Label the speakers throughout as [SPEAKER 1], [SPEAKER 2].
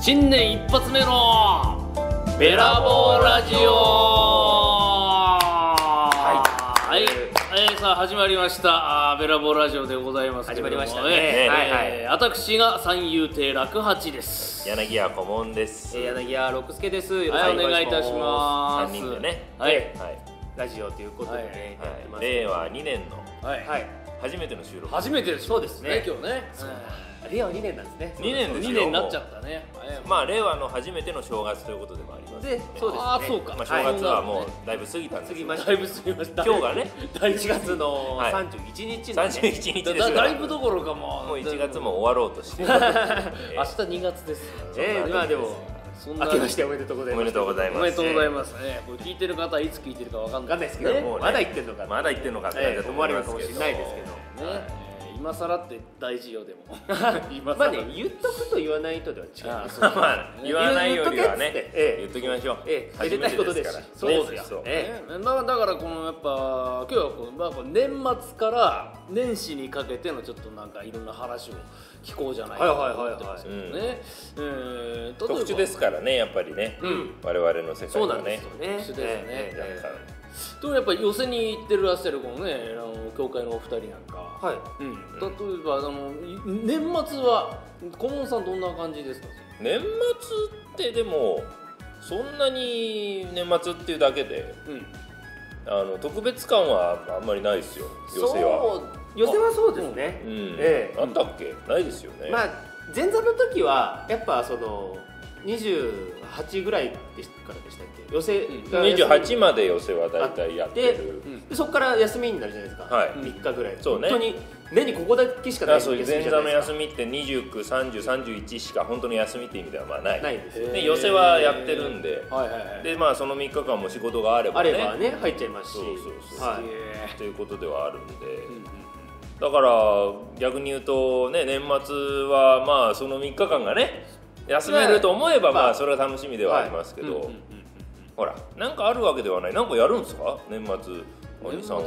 [SPEAKER 1] 新年一発目のベラボーラジオはい、
[SPEAKER 2] い
[SPEAKER 1] えーさあ始まりましたあーベラボーラジオでございますけれども
[SPEAKER 3] 始まりましたね
[SPEAKER 1] えー
[SPEAKER 2] はいはい
[SPEAKER 1] えー私が三遊亭楽八です
[SPEAKER 2] 柳家顧問です。
[SPEAKER 3] えー柳家六助です。よろ
[SPEAKER 1] は
[SPEAKER 3] し
[SPEAKER 1] い
[SPEAKER 3] く
[SPEAKER 1] お願いいたしま
[SPEAKER 2] 三
[SPEAKER 1] す
[SPEAKER 2] 人でね。
[SPEAKER 1] はい
[SPEAKER 2] はい。
[SPEAKER 3] ラジオということでね、
[SPEAKER 2] は
[SPEAKER 3] やってま
[SPEAKER 2] い。
[SPEAKER 3] す。
[SPEAKER 2] 令和二年の
[SPEAKER 1] はい、
[SPEAKER 3] はい。
[SPEAKER 2] 初めての収録。
[SPEAKER 1] 初めてです
[SPEAKER 3] そうですね
[SPEAKER 1] 今日ね
[SPEAKER 3] 令和2年なんですね。
[SPEAKER 2] 二年ですよ。
[SPEAKER 1] 2年になっちゃったね
[SPEAKER 2] まあ令和の初めての正月ということでもありますね。
[SPEAKER 3] でそうですね
[SPEAKER 1] ああそうか、
[SPEAKER 2] まあ正月はもうだいぶ過ぎたんです
[SPEAKER 3] 次
[SPEAKER 2] け
[SPEAKER 3] ま
[SPEAKER 2] ど。
[SPEAKER 3] し
[SPEAKER 1] だいぶすみません
[SPEAKER 2] 今日がね、
[SPEAKER 3] 第1月の
[SPEAKER 2] はい
[SPEAKER 3] 31日の
[SPEAKER 2] 三十
[SPEAKER 3] ね。
[SPEAKER 2] 一日
[SPEAKER 1] だ
[SPEAKER 2] です
[SPEAKER 1] だ
[SPEAKER 2] か
[SPEAKER 1] だ
[SPEAKER 2] ら。
[SPEAKER 1] いぶどころかもう
[SPEAKER 2] もう一月も終わろうと して。え
[SPEAKER 1] 明
[SPEAKER 2] ー
[SPEAKER 1] 日二月です
[SPEAKER 3] えーまあでも
[SPEAKER 1] そんな
[SPEAKER 3] 明けましておめでとうござい
[SPEAKER 2] お
[SPEAKER 3] ます。
[SPEAKER 2] めでとうござい
[SPEAKER 1] お
[SPEAKER 2] ます。
[SPEAKER 1] めでとうございます、えーこれ聞いてる方はいつ聞いてるかわかん
[SPEAKER 3] わ
[SPEAKER 1] な
[SPEAKER 3] か
[SPEAKER 1] い
[SPEAKER 3] んないですけど、
[SPEAKER 2] もうね
[SPEAKER 3] まだ言ってんのか。
[SPEAKER 2] まだ言ってんのかって感じ
[SPEAKER 3] え
[SPEAKER 2] だ
[SPEAKER 3] え
[SPEAKER 2] と
[SPEAKER 3] 思わ
[SPEAKER 2] 思い
[SPEAKER 3] れ
[SPEAKER 2] ま
[SPEAKER 3] る
[SPEAKER 2] すけど
[SPEAKER 3] かもしれないですけど。
[SPEAKER 1] ね、えー今更って大事 よでも今
[SPEAKER 3] ま
[SPEAKER 1] 更
[SPEAKER 3] あね、言っとくと言わないとでは違う。
[SPEAKER 1] ああそう
[SPEAKER 2] まあ言わないよりはね
[SPEAKER 3] 言っとけっつってええ
[SPEAKER 2] 言っときましょう
[SPEAKER 3] ええ
[SPEAKER 2] 初めてですから
[SPEAKER 3] めでたいことですし
[SPEAKER 2] ね
[SPEAKER 3] そうですよ
[SPEAKER 2] ね
[SPEAKER 3] え
[SPEAKER 1] ねまあだからこのやっぱ今日はこの、まあ、こう年末から年始にかけてのちょっとなんかいろんな話を聞こうじゃないか
[SPEAKER 3] はい
[SPEAKER 1] と
[SPEAKER 3] はいは
[SPEAKER 1] 思
[SPEAKER 3] いはい
[SPEAKER 1] ってますけどね、えー例えば
[SPEAKER 2] 特殊ですからねやっぱりね
[SPEAKER 3] うん
[SPEAKER 2] 我々の世界
[SPEAKER 3] そうな
[SPEAKER 2] は
[SPEAKER 3] んで
[SPEAKER 2] ね
[SPEAKER 3] すよね。
[SPEAKER 1] 特殊ですね
[SPEAKER 3] ええ
[SPEAKER 2] 若干
[SPEAKER 1] でもやっぱ寄せに行ってるらっしゃるこのねあの教会のお二人なんか、
[SPEAKER 3] は
[SPEAKER 1] う
[SPEAKER 3] い。
[SPEAKER 1] ん、例えばあの年末は顧問さんどんな感じですか
[SPEAKER 2] 年末ってでもそんなに年末っていうだけで
[SPEAKER 1] うん
[SPEAKER 2] あの特別感はあんまりないですよ寄せは
[SPEAKER 1] そう
[SPEAKER 3] 寄せはそうですね。
[SPEAKER 2] うん
[SPEAKER 3] ええ
[SPEAKER 2] あったっけないですよね
[SPEAKER 3] まあ前座の時はやっぱその28ぐらいでしたからでしたっけ寄せが休
[SPEAKER 2] 28
[SPEAKER 3] み
[SPEAKER 2] まで寄せは大体やってる
[SPEAKER 1] うん
[SPEAKER 3] でそこから休みになるじゃないですか、
[SPEAKER 2] はい
[SPEAKER 3] 3日ぐらい、
[SPEAKER 2] そうね
[SPEAKER 3] 本当に年にここだけしか
[SPEAKER 2] だ
[SPEAKER 3] な
[SPEAKER 2] か
[SPEAKER 3] い
[SPEAKER 2] らそういう前座の休
[SPEAKER 3] み
[SPEAKER 2] みって293031しか本当に休みって意味ではまあない
[SPEAKER 3] ないです
[SPEAKER 1] え
[SPEAKER 3] よね、
[SPEAKER 2] で寄せはやってるんで
[SPEAKER 1] はいはいはい
[SPEAKER 2] でまあその3日間も仕事があれば
[SPEAKER 3] あ
[SPEAKER 2] ね
[SPEAKER 3] ればね入っちゃいますし
[SPEAKER 2] そうそうそう
[SPEAKER 3] はい
[SPEAKER 1] すげえ
[SPEAKER 2] ということではあるんで、
[SPEAKER 1] うんうん
[SPEAKER 2] だから逆に言うとね年末はまあその3日間がね休めると思えば
[SPEAKER 3] まあ
[SPEAKER 2] まあそれは楽しみではありますけ
[SPEAKER 1] うんうん
[SPEAKER 2] ど
[SPEAKER 1] うん
[SPEAKER 2] ほらなんかあるわけではないなんかやるんですか年末お
[SPEAKER 1] 年
[SPEAKER 2] 兄
[SPEAKER 1] 末
[SPEAKER 2] さんは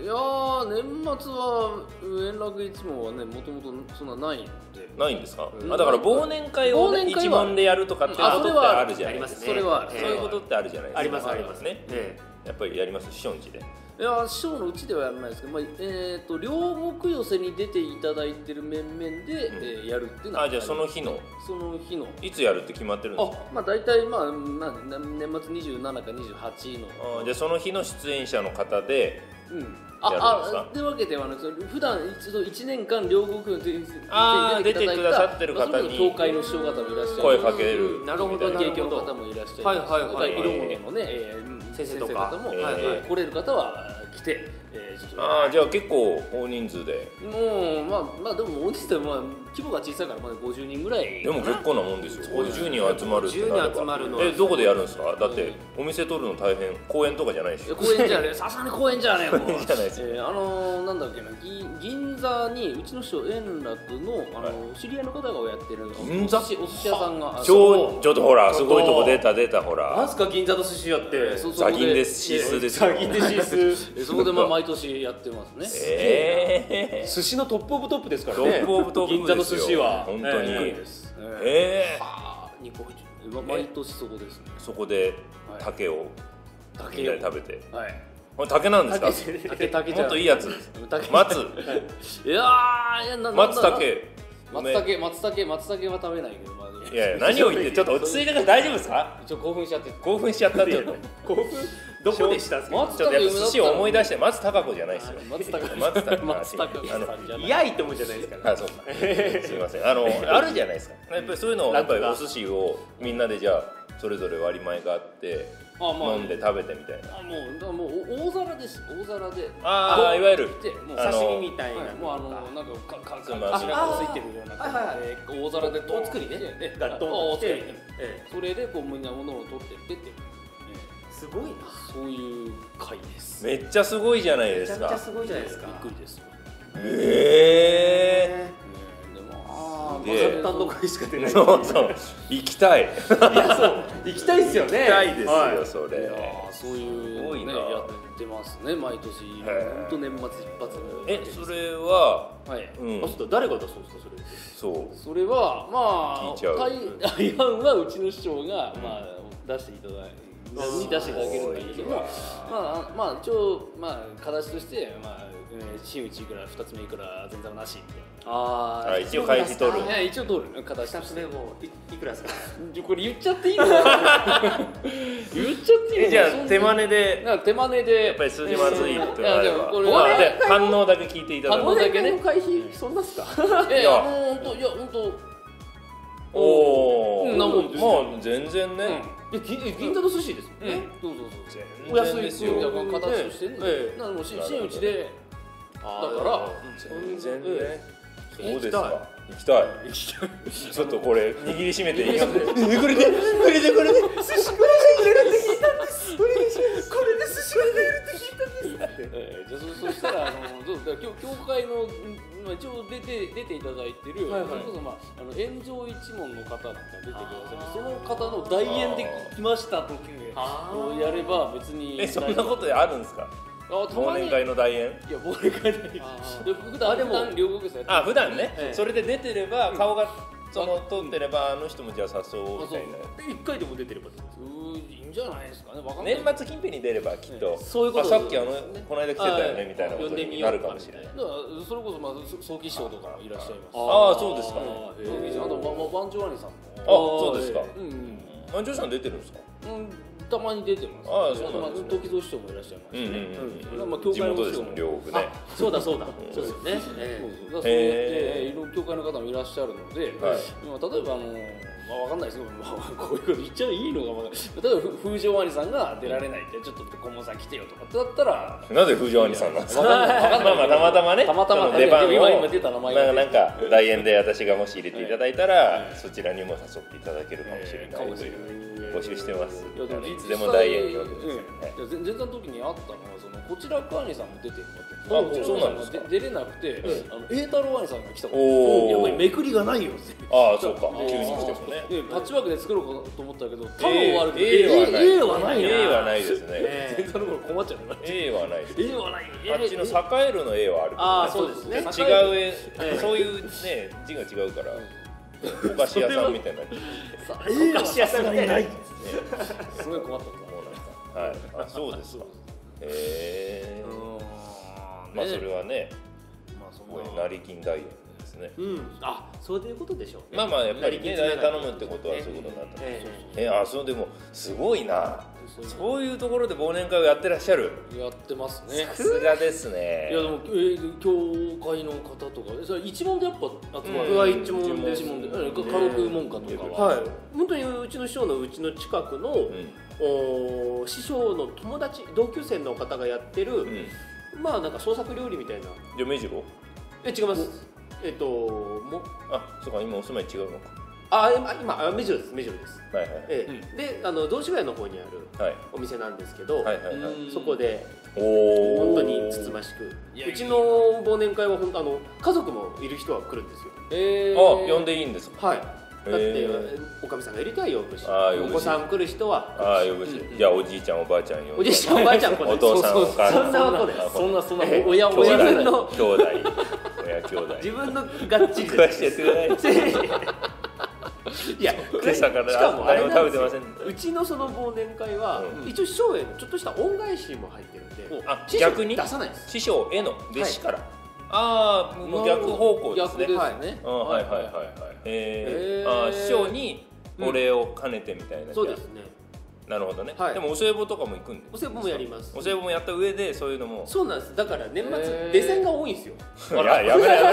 [SPEAKER 2] い
[SPEAKER 1] やー年末は円楽一門はねもともとそんなないんで
[SPEAKER 2] ないんですか、
[SPEAKER 1] うん
[SPEAKER 2] あだから忘年会をね、
[SPEAKER 1] 忘年会
[SPEAKER 2] 一
[SPEAKER 1] は
[SPEAKER 2] 問でやるとかっていうことってあるじゃない
[SPEAKER 3] あ
[SPEAKER 2] で
[SPEAKER 3] ますす
[SPEAKER 2] か
[SPEAKER 3] ね
[SPEAKER 1] それはあ
[SPEAKER 2] そう
[SPEAKER 1] る
[SPEAKER 3] え
[SPEAKER 1] それ
[SPEAKER 3] え
[SPEAKER 2] いう
[SPEAKER 1] は
[SPEAKER 2] ことってあるじゃないですか
[SPEAKER 3] ありますあります
[SPEAKER 2] ね
[SPEAKER 3] え
[SPEAKER 2] やっぱりやります師匠んちで
[SPEAKER 1] いや師匠のうちではやらないですけど、まあえー、と両国寄せに出ていただいてる面々で、
[SPEAKER 2] ん
[SPEAKER 1] えーやるっていうのは
[SPEAKER 2] あじゃあその日の
[SPEAKER 1] その日の
[SPEAKER 2] いつやるって決まってるんですか
[SPEAKER 1] あまあ大体まあ、まあ、な年末27か28の
[SPEAKER 2] あじゃあその日の出演者の方で
[SPEAKER 1] うん
[SPEAKER 2] やるんです
[SPEAKER 1] あ
[SPEAKER 2] か
[SPEAKER 1] あってわけではなくて普段一度1年間両国の全
[SPEAKER 2] あー
[SPEAKER 1] 全然いだい
[SPEAKER 2] 出てくださってる方に
[SPEAKER 1] まあそれこそ教会の師匠方もいらっしゃる
[SPEAKER 2] 声かける
[SPEAKER 3] なるほど
[SPEAKER 2] みたいな
[SPEAKER 3] な
[SPEAKER 1] 経験の方もいらっしゃいます
[SPEAKER 3] はいはいはい
[SPEAKER 2] はい
[SPEAKER 1] 色物のね、えー
[SPEAKER 3] 先生とか
[SPEAKER 1] 方も、
[SPEAKER 2] えー
[SPEAKER 1] はい来れる方は来て、えー、ちょっと
[SPEAKER 2] ああじゃあ結構大人数で
[SPEAKER 1] もうまあまあでも大きさでもまあ規模が小さいからまだ50人ぐらい
[SPEAKER 2] でも結構なもんですよ50人集まるってなれば
[SPEAKER 3] 50人集まるのは
[SPEAKER 2] えどこでやるんですかだってお店取るの大変公園とかじゃないで
[SPEAKER 1] い
[SPEAKER 2] し
[SPEAKER 1] や
[SPEAKER 2] ょ
[SPEAKER 1] 公園じゃね えさすがに公園じゃねえもう
[SPEAKER 2] 公園じゃないです
[SPEAKER 1] えーあのー、なんだっけな銀銀座にうちの師匠円楽の、あのー知り合いの方がやってる
[SPEAKER 2] 銀座
[SPEAKER 1] お寿司お寿司屋さんが
[SPEAKER 2] ちょ
[SPEAKER 1] う
[SPEAKER 2] ちょっとほら
[SPEAKER 3] ち
[SPEAKER 2] す
[SPEAKER 3] ょっと
[SPEAKER 2] ごいとこ出た出たほ
[SPEAKER 3] なん
[SPEAKER 2] ら
[SPEAKER 3] すか銀座の寿司屋って
[SPEAKER 1] そう
[SPEAKER 2] ザギンですシースーですよ
[SPEAKER 3] 詐欺でシース
[SPEAKER 1] えーそこでまあ毎年やってますね
[SPEAKER 2] ええ
[SPEAKER 3] 寿司のトップオブトップですからね
[SPEAKER 2] トップオブトップ
[SPEAKER 3] 銀座の寿司は
[SPEAKER 2] ですよ本当に
[SPEAKER 3] ええ
[SPEAKER 1] ですえー
[SPEAKER 2] ええ
[SPEAKER 1] あー日本一ま毎年そこですね
[SPEAKER 2] そこで
[SPEAKER 1] はい
[SPEAKER 2] 竹をみんなで食べて
[SPEAKER 1] はい
[SPEAKER 2] これ竹なんですか
[SPEAKER 1] 竹竹じゃ
[SPEAKER 2] もっといいやつ
[SPEAKER 1] 竹
[SPEAKER 2] 松
[SPEAKER 1] いやーいやなな
[SPEAKER 2] 松
[SPEAKER 1] な
[SPEAKER 2] 竹
[SPEAKER 1] 松茸松茸松茸は食べないけどまあ
[SPEAKER 2] いやいや何を言ってちょっと落ち着いてください大丈夫ですか
[SPEAKER 1] ちょっと興奮しちゃって
[SPEAKER 2] 興奮しちゃったちょっと
[SPEAKER 3] 興奮どこでしたっけ
[SPEAKER 1] 松
[SPEAKER 2] ちょっとやっぱ
[SPEAKER 1] 松茸
[SPEAKER 2] 寿司を思い出して松たか子じゃないですよ
[SPEAKER 1] 松茸
[SPEAKER 2] 松たか子
[SPEAKER 1] 松茸
[SPEAKER 2] あの
[SPEAKER 1] さんじゃない
[SPEAKER 3] いやいってもんじゃないですから
[SPEAKER 2] あそうかすみませんあのあるじゃないですかやっぱりそういうのをやっぱりお寿司をみんなでじゃあそれぞれ割り前があって
[SPEAKER 1] あまあ
[SPEAKER 2] 飲んで食べてみたいな
[SPEAKER 1] あもうだからもうお大皿です大皿で
[SPEAKER 2] ああいわゆる
[SPEAKER 1] でもう
[SPEAKER 2] あの
[SPEAKER 3] 刺身みたい
[SPEAKER 1] は、
[SPEAKER 3] ない
[SPEAKER 1] もうあ
[SPEAKER 3] の
[SPEAKER 1] の
[SPEAKER 3] が
[SPEAKER 1] なんかかかか
[SPEAKER 2] つまみ
[SPEAKER 1] かしらがついてるような
[SPEAKER 3] あー
[SPEAKER 1] 感じで大皿で
[SPEAKER 3] お作りね
[SPEAKER 1] ええ
[SPEAKER 3] ガッ
[SPEAKER 1] あお
[SPEAKER 3] と
[SPEAKER 1] 作り
[SPEAKER 3] え
[SPEAKER 1] それでこうみんなものを取ってってっていう
[SPEAKER 3] えすごいな
[SPEAKER 1] そういう会ですびっ
[SPEAKER 2] めっちゃすごいじゃない
[SPEAKER 3] め
[SPEAKER 2] で
[SPEAKER 3] ちゃ
[SPEAKER 2] す
[SPEAKER 3] くちゃ
[SPEAKER 2] か
[SPEAKER 3] すごいじゃないですか
[SPEAKER 1] くりですよ
[SPEAKER 2] ええ
[SPEAKER 1] ねでもああ
[SPEAKER 2] すげえね
[SPEAKER 3] 単独しか出ない
[SPEAKER 2] そうそう行きたい
[SPEAKER 3] いやそう行きたいですよね
[SPEAKER 2] 行きたいですよ、
[SPEAKER 3] はい
[SPEAKER 2] そ
[SPEAKER 1] い
[SPEAKER 2] れ
[SPEAKER 1] やーそうい
[SPEAKER 2] すご
[SPEAKER 1] う
[SPEAKER 2] い
[SPEAKER 1] ね
[SPEAKER 2] な
[SPEAKER 1] やってますね毎年
[SPEAKER 2] へー
[SPEAKER 1] 本当年末一発目
[SPEAKER 2] えそれは
[SPEAKER 1] はい
[SPEAKER 2] うん
[SPEAKER 3] あちょっと誰が出すんですかそれ
[SPEAKER 2] そう
[SPEAKER 1] それはま
[SPEAKER 2] 聞いちゃう
[SPEAKER 1] あアイアンはうちの師匠が、まあ、出していただいに出していただけるんだけども、まあ、まあ一応、まあ、形として、まあ、えー新内いくら2つ目いくら全然なしみたい
[SPEAKER 3] あ
[SPEAKER 2] あ一応返し取る
[SPEAKER 1] ないや一応通る形
[SPEAKER 3] 下
[SPEAKER 1] として
[SPEAKER 3] 目もいいくらですか
[SPEAKER 1] これ言っちゃっていいの言っち ゃっていいの
[SPEAKER 2] えじゃあ手真
[SPEAKER 1] 似
[SPEAKER 2] 似で
[SPEAKER 1] なんか手真似でや
[SPEAKER 2] やっぱり数字まずいとかあ
[SPEAKER 1] や
[SPEAKER 2] れ
[SPEAKER 1] でも
[SPEAKER 2] ば
[SPEAKER 1] これ
[SPEAKER 2] まあ
[SPEAKER 1] は
[SPEAKER 2] で反応だけ聞いていただ
[SPEAKER 1] 反応
[SPEAKER 2] く
[SPEAKER 1] だけね
[SPEAKER 3] 忘年会の会費そんなっすか
[SPEAKER 1] いやい
[SPEAKER 2] いや
[SPEAKER 1] やもう本当いや本当
[SPEAKER 2] お
[SPEAKER 1] う
[SPEAKER 2] お
[SPEAKER 1] んなもんですよ
[SPEAKER 2] まあ全然ね、
[SPEAKER 3] いやぎ銀座の寿司ですもん
[SPEAKER 1] うん、
[SPEAKER 3] ね
[SPEAKER 1] そうそうそう
[SPEAKER 2] お安いですよ
[SPEAKER 1] だから形としてね、
[SPEAKER 3] ええ
[SPEAKER 1] なのでもうし真打ちで
[SPEAKER 3] あー
[SPEAKER 1] だから
[SPEAKER 2] 全然ね、
[SPEAKER 3] え
[SPEAKER 2] そうですか行きたいちょっとこれ握りしめていい よねこれでこれでこれで
[SPEAKER 3] え寿司くらいがいるって聞いたんですこれで寿司くらいがいるって聞いたんです
[SPEAKER 1] ええじゃあそそ したらあのどうだから教教会のうんまあ一応出て出ていただいてる、
[SPEAKER 3] はいはい
[SPEAKER 1] それこそまああの炎上一門の方なんか出てくださいその方の代演で来ました時
[SPEAKER 3] あー
[SPEAKER 1] をやれば別に
[SPEAKER 2] えそんな
[SPEAKER 1] と
[SPEAKER 2] ことあるんですか
[SPEAKER 1] あた
[SPEAKER 2] 忘
[SPEAKER 1] まにい
[SPEAKER 2] 年
[SPEAKER 1] や
[SPEAKER 2] 会の代演
[SPEAKER 1] 忘年会ない
[SPEAKER 3] あー
[SPEAKER 1] で僕とあれも両国ですね
[SPEAKER 2] あ普段ね、
[SPEAKER 1] ええ
[SPEAKER 2] それで出てれば顔がその通ってればあの人もじゃあ誘おうみたいな
[SPEAKER 3] 一回でも出てればってことです
[SPEAKER 1] うーいいんじゃないですかねわかんない
[SPEAKER 2] 年末近辺に出ればきっと、
[SPEAKER 1] ええそういうこと
[SPEAKER 2] あさっきあの
[SPEAKER 1] ね
[SPEAKER 2] この間来てたよ
[SPEAKER 1] はい
[SPEAKER 2] ねみたいなこ
[SPEAKER 3] 呼ん
[SPEAKER 2] と
[SPEAKER 3] でみ
[SPEAKER 2] に
[SPEAKER 3] よ
[SPEAKER 2] な
[SPEAKER 3] う
[SPEAKER 2] るかもしれない
[SPEAKER 1] だからそれこそまあそ早期師匠とかいらっしゃいます
[SPEAKER 2] あーそうですか
[SPEAKER 1] あとワワンチョワニさん
[SPEAKER 2] あ
[SPEAKER 1] も
[SPEAKER 2] そうですか
[SPEAKER 1] うんうん
[SPEAKER 2] 安城さん出てるんですか
[SPEAKER 1] うん、たまに出てます、
[SPEAKER 2] ああそうなんですね
[SPEAKER 1] まあ、時蔵師匠もいらっしゃいます
[SPEAKER 2] うん
[SPEAKER 1] し
[SPEAKER 2] うん
[SPEAKER 1] ね、
[SPEAKER 2] うん、
[SPEAKER 1] まあ教
[SPEAKER 2] 地
[SPEAKER 1] 会の
[SPEAKER 2] 元
[SPEAKER 1] 師
[SPEAKER 2] で
[SPEAKER 1] 匠
[SPEAKER 2] すも
[SPEAKER 1] も
[SPEAKER 2] ん両国ね
[SPEAKER 3] そうだそうだそうですよね
[SPEAKER 1] そうそうだからそうやっ
[SPEAKER 3] え
[SPEAKER 1] て
[SPEAKER 2] へえ
[SPEAKER 1] いろいろ教会の方もいらっしゃるので、
[SPEAKER 2] はい
[SPEAKER 1] まあ、例えばあのまあ、わかんないですけど、まあ、こういうこと言っちゃいいのかわかんない例えばふ風情兄さんが出られないってちょっと顧問さん来てよとかってだったら
[SPEAKER 2] なぜ不条兄さんなんですか
[SPEAKER 1] わかんないわかん
[SPEAKER 2] ま
[SPEAKER 1] ない
[SPEAKER 2] あ まあたまたまね
[SPEAKER 1] たまたま
[SPEAKER 2] その出番を
[SPEAKER 1] 今今出た名前が
[SPEAKER 2] まあなんか代演で私がもし入れていただいたら、そちらにも誘っていただけるかもしれない,、募集してます
[SPEAKER 1] いやでも
[SPEAKER 2] あのい
[SPEAKER 1] 実
[SPEAKER 2] つ
[SPEAKER 1] 際
[SPEAKER 2] でも代演に呼
[SPEAKER 1] うんん
[SPEAKER 2] でく
[SPEAKER 1] いや
[SPEAKER 2] ださい、はい
[SPEAKER 1] 前前座の時にあったのはそのこちらく兄さんも出てる
[SPEAKER 2] あ
[SPEAKER 1] わけ
[SPEAKER 2] そうなんですか
[SPEAKER 1] 出れなくて、あの栄太郎兄さんが来たから
[SPEAKER 2] おー
[SPEAKER 1] やっぱりめくりがないよって
[SPEAKER 2] ああそうか
[SPEAKER 1] で
[SPEAKER 2] 急に来てもね
[SPEAKER 1] でパッチワークで作ろうかと思ったけど
[SPEAKER 2] え
[SPEAKER 1] 多分悪くて
[SPEAKER 2] A はない
[SPEAKER 1] A はないな
[SPEAKER 2] A はないですね
[SPEAKER 3] え
[SPEAKER 1] 前座の頃困っちゃうな
[SPEAKER 2] A はないです
[SPEAKER 1] A はないよ
[SPEAKER 2] あっちの栄えるの A はあるけどね
[SPEAKER 3] ああそうですね
[SPEAKER 1] 栄え
[SPEAKER 2] 違う絵そういうね字が違うからお菓子屋さんみたいになっちゃう
[SPEAKER 1] お菓子屋さんがいない
[SPEAKER 2] すごい困ったことはいあそうで すかへえまあそれはね
[SPEAKER 1] まあそん
[SPEAKER 2] こういう
[SPEAKER 1] な
[SPEAKER 2] 成金代演ですね
[SPEAKER 3] うんあそういうことでしょうね
[SPEAKER 2] まあまあやっぱりね
[SPEAKER 3] 成金つながり
[SPEAKER 2] 頼むってことはそういうことになった
[SPEAKER 3] え
[SPEAKER 2] えあそうでもすごいな
[SPEAKER 1] そう
[SPEAKER 2] そういうところで忘年会をやってらっしゃる
[SPEAKER 1] やってますね
[SPEAKER 2] さすがですね
[SPEAKER 1] いやでも、えー、教会の方とかそれ一問でやっぱ集まる、
[SPEAKER 2] うん僕は
[SPEAKER 3] 一問
[SPEAKER 1] で
[SPEAKER 3] です
[SPEAKER 1] 一問でうん家族門下とか
[SPEAKER 3] え
[SPEAKER 1] は、
[SPEAKER 3] はい本当にうちの師匠のうちの近くの、お師匠の友達同級生の方がやって
[SPEAKER 2] うんう
[SPEAKER 3] る、
[SPEAKER 2] ん
[SPEAKER 3] まあなんか創作料理みたいな
[SPEAKER 2] 嫁次郎
[SPEAKER 3] え違いますえっとも
[SPEAKER 2] あそうか今お住まい違うのか
[SPEAKER 3] あ今今あ目白です目白です
[SPEAKER 2] はいはい
[SPEAKER 3] ええであの同志街の方にある
[SPEAKER 2] はい
[SPEAKER 3] お店なんですけど、
[SPEAKER 2] はいはいはい
[SPEAKER 1] うん
[SPEAKER 3] そこで
[SPEAKER 2] おお
[SPEAKER 3] 本当につつましく
[SPEAKER 1] いや
[SPEAKER 3] うちの忘年会は本当あの家族もいる人は来るんですよ
[SPEAKER 1] え
[SPEAKER 2] あ呼んでいいんですか
[SPEAKER 3] はいだって
[SPEAKER 2] へー
[SPEAKER 3] おかみさんがいる人は呼ぶし
[SPEAKER 2] あー呼ぶ
[SPEAKER 3] お
[SPEAKER 2] し
[SPEAKER 3] 子さん来る人は
[SPEAKER 2] ああよくしじゃあおじいちゃんおばあちゃんよ
[SPEAKER 3] おじいちゃんおばあちゃん来な い
[SPEAKER 2] お父さん
[SPEAKER 1] そう
[SPEAKER 2] お
[SPEAKER 1] そう
[SPEAKER 2] 母
[SPEAKER 3] そんな
[SPEAKER 2] さん
[SPEAKER 3] ことです
[SPEAKER 1] そんなそんな
[SPEAKER 3] ええ
[SPEAKER 1] 親
[SPEAKER 2] 兄弟
[SPEAKER 1] 親
[SPEAKER 3] 自分
[SPEAKER 1] 世代
[SPEAKER 3] の
[SPEAKER 2] 兄弟親兄弟
[SPEAKER 3] 自分のがっちり
[SPEAKER 2] 詳しくやってください
[SPEAKER 3] いや、
[SPEAKER 2] でしたから
[SPEAKER 3] しかもあれな
[SPEAKER 2] 何も食べ
[SPEAKER 3] んですよ
[SPEAKER 2] てません
[SPEAKER 3] うちのその忘年会は、
[SPEAKER 2] うん
[SPEAKER 3] 一応師匠へのちょっとした恩返しも入ってるんで、
[SPEAKER 2] あ
[SPEAKER 3] 師匠
[SPEAKER 2] 逆に
[SPEAKER 3] 出さないです。
[SPEAKER 2] 師匠への弟子から、ああもう逆方向です
[SPEAKER 1] 逆
[SPEAKER 2] ね
[SPEAKER 1] ですね、
[SPEAKER 3] はい
[SPEAKER 2] ああはいはいはいはいえ
[SPEAKER 1] へ
[SPEAKER 2] ー
[SPEAKER 1] ー
[SPEAKER 2] ああ師匠にお礼を兼ねてみたいな、
[SPEAKER 3] そうですね。
[SPEAKER 2] なるほどね、
[SPEAKER 3] はい
[SPEAKER 2] でもお歳暮とかも行くんで
[SPEAKER 3] お歳暮もやります
[SPEAKER 2] お。歳暮もやった上でそういうのも
[SPEAKER 3] そうなんです。だから年末、
[SPEAKER 1] へー
[SPEAKER 3] 出線が多いんですよ。
[SPEAKER 2] いややめろや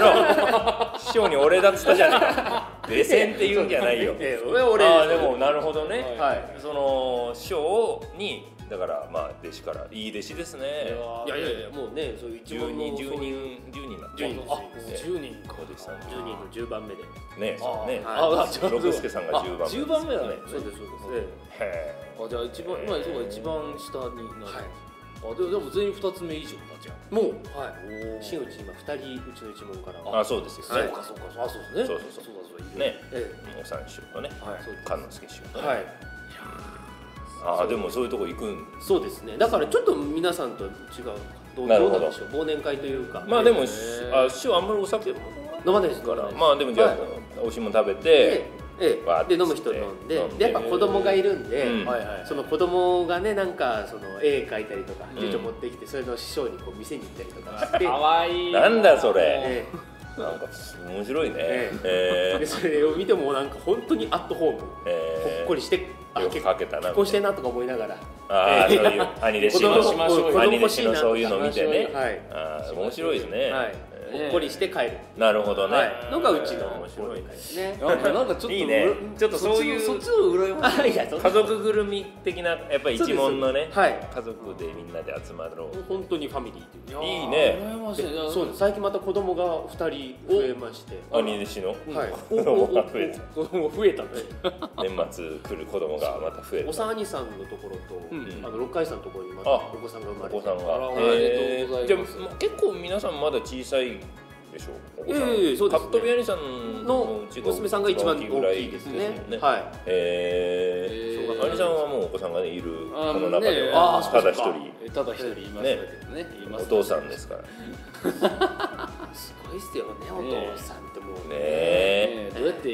[SPEAKER 2] めろ師匠にお礼だっつったじゃねえか出線って言うんじゃないよ
[SPEAKER 3] ええ俺俺
[SPEAKER 2] ああでもなるほどね、
[SPEAKER 1] はい
[SPEAKER 3] はい。
[SPEAKER 2] その師匠にだからまあ弟子からいい弟子ですね
[SPEAKER 3] いやいやいや、もうね、そういう一
[SPEAKER 2] 10
[SPEAKER 3] 問の
[SPEAKER 2] 人10
[SPEAKER 3] そういう
[SPEAKER 2] 人10人なん
[SPEAKER 1] 十
[SPEAKER 2] で
[SPEAKER 1] 人
[SPEAKER 3] あ
[SPEAKER 1] あ
[SPEAKER 2] ええ
[SPEAKER 1] 十人か
[SPEAKER 2] 弟子さん
[SPEAKER 3] 10人の10番目で。
[SPEAKER 2] ねそうね
[SPEAKER 3] あ
[SPEAKER 1] あ
[SPEAKER 2] そう六助さんが10番目
[SPEAKER 1] 十番目だね
[SPEAKER 3] そうですそうです。
[SPEAKER 2] へえ
[SPEAKER 1] あじゃあ一番まあそうか一番下になる、
[SPEAKER 3] はい。
[SPEAKER 1] あでもでも全員2つ目以上だじゃん
[SPEAKER 3] もう
[SPEAKER 1] はい
[SPEAKER 3] 新内今2人うちの一門から
[SPEAKER 2] あそうですよ
[SPEAKER 1] そう
[SPEAKER 2] ね
[SPEAKER 1] かそうかそうあそうですね
[SPEAKER 2] そうそうそう
[SPEAKER 1] だそうだ
[SPEAKER 2] ね
[SPEAKER 3] え
[SPEAKER 2] お三種とね
[SPEAKER 3] えはいそうです
[SPEAKER 2] 菅之助師匠とね、
[SPEAKER 3] はい
[SPEAKER 2] ああでもそういうとこ行くん
[SPEAKER 3] そうですねだからちょっと皆さんと違うどう
[SPEAKER 2] なる
[SPEAKER 3] ど
[SPEAKER 2] ほ
[SPEAKER 3] う
[SPEAKER 2] ど
[SPEAKER 3] なんでしょう忘年会というか
[SPEAKER 2] まあでも、
[SPEAKER 3] え
[SPEAKER 2] あ師匠あんまりお酒飲
[SPEAKER 3] え飲まないです
[SPEAKER 2] まな
[SPEAKER 3] か
[SPEAKER 2] いかららまあでもじゃあ、
[SPEAKER 3] はい
[SPEAKER 2] おいしいもん食べ
[SPEAKER 3] で
[SPEAKER 2] て、
[SPEAKER 3] ええ
[SPEAKER 2] わーって
[SPEAKER 3] で飲む人飲んで
[SPEAKER 2] 飲んで
[SPEAKER 3] でやっぱ子供がいるんで、
[SPEAKER 2] うん
[SPEAKER 1] はいはい
[SPEAKER 3] その子供がねなんかその絵描いたりとか
[SPEAKER 2] うん
[SPEAKER 3] 住所持ってきてそれの師匠にこう店に行ったりとかして、
[SPEAKER 1] かわいい
[SPEAKER 2] なんだそれ
[SPEAKER 3] え
[SPEAKER 2] なんか面白いね
[SPEAKER 3] え
[SPEAKER 2] え
[SPEAKER 3] えでそれを見てもなんか本当にアットホーム、
[SPEAKER 2] えええ
[SPEAKER 3] ほっこりしてあ
[SPEAKER 2] よ
[SPEAKER 3] 結
[SPEAKER 2] く
[SPEAKER 3] 構
[SPEAKER 2] かけたな
[SPEAKER 3] 結婚してんなとか思いながら
[SPEAKER 2] ああそう
[SPEAKER 3] ええ
[SPEAKER 2] いう兄弟子の
[SPEAKER 1] 子供も
[SPEAKER 2] 兄
[SPEAKER 1] 子供
[SPEAKER 2] 弟
[SPEAKER 3] 欲
[SPEAKER 2] 子
[SPEAKER 3] しいな
[SPEAKER 2] のそういうの見てね
[SPEAKER 3] はい、
[SPEAKER 2] ああ面白いですね、
[SPEAKER 3] はい
[SPEAKER 2] え
[SPEAKER 3] ほっこりして帰る、
[SPEAKER 2] えなるほどね、
[SPEAKER 3] はい、のがうちの
[SPEAKER 2] 面白いね
[SPEAKER 3] ね
[SPEAKER 1] なんかなんかちょっと
[SPEAKER 2] いいね
[SPEAKER 1] うら
[SPEAKER 2] ちょっとそういう
[SPEAKER 1] そっちのそっちの羨ましい
[SPEAKER 3] あいやそんな
[SPEAKER 2] 家族ぐるみ的なやっぱり一門のね、
[SPEAKER 3] はい
[SPEAKER 2] 家族でみんなで集まろう
[SPEAKER 3] 本当にファミリーという
[SPEAKER 1] やー
[SPEAKER 2] いいね
[SPEAKER 1] 羨ましい
[SPEAKER 3] でそうです最近また子供が2人増えまして
[SPEAKER 2] 兄弟子の
[SPEAKER 3] はい
[SPEAKER 2] 子供が増えた
[SPEAKER 1] おおお増えたね
[SPEAKER 2] 年末来る子供がまた増え
[SPEAKER 3] お
[SPEAKER 2] る
[SPEAKER 3] さ兄さんのところと、
[SPEAKER 1] うん
[SPEAKER 3] あの六階さんのところにまた
[SPEAKER 2] あ
[SPEAKER 3] お子さんが生ま
[SPEAKER 2] お
[SPEAKER 3] れて
[SPEAKER 2] 子さん
[SPEAKER 1] あら
[SPEAKER 2] が
[SPEAKER 1] お
[SPEAKER 2] へ
[SPEAKER 1] めでとうございます
[SPEAKER 2] じゃあもう結構皆さんまだ小さいでしょお子さん
[SPEAKER 3] ええええそうです
[SPEAKER 2] カ
[SPEAKER 3] ね
[SPEAKER 2] ットビアリさんの
[SPEAKER 3] の
[SPEAKER 2] うちが
[SPEAKER 3] 娘さんが一番大きいです
[SPEAKER 2] 大き
[SPEAKER 3] ね
[SPEAKER 2] ぐらいですもんね
[SPEAKER 3] は
[SPEAKER 2] え
[SPEAKER 1] え
[SPEAKER 2] え
[SPEAKER 1] え
[SPEAKER 2] 兄さんはもうお子さんがねいるこ
[SPEAKER 1] あ
[SPEAKER 2] の中で
[SPEAKER 1] ね
[SPEAKER 2] は
[SPEAKER 1] あ
[SPEAKER 2] ただ一人
[SPEAKER 1] えただ一人いましたけどねいま
[SPEAKER 2] お
[SPEAKER 1] す
[SPEAKER 2] 父さんですからね
[SPEAKER 3] いすごいっすよねお
[SPEAKER 1] ね
[SPEAKER 3] 父さんってもうね
[SPEAKER 2] え
[SPEAKER 1] ねどうやって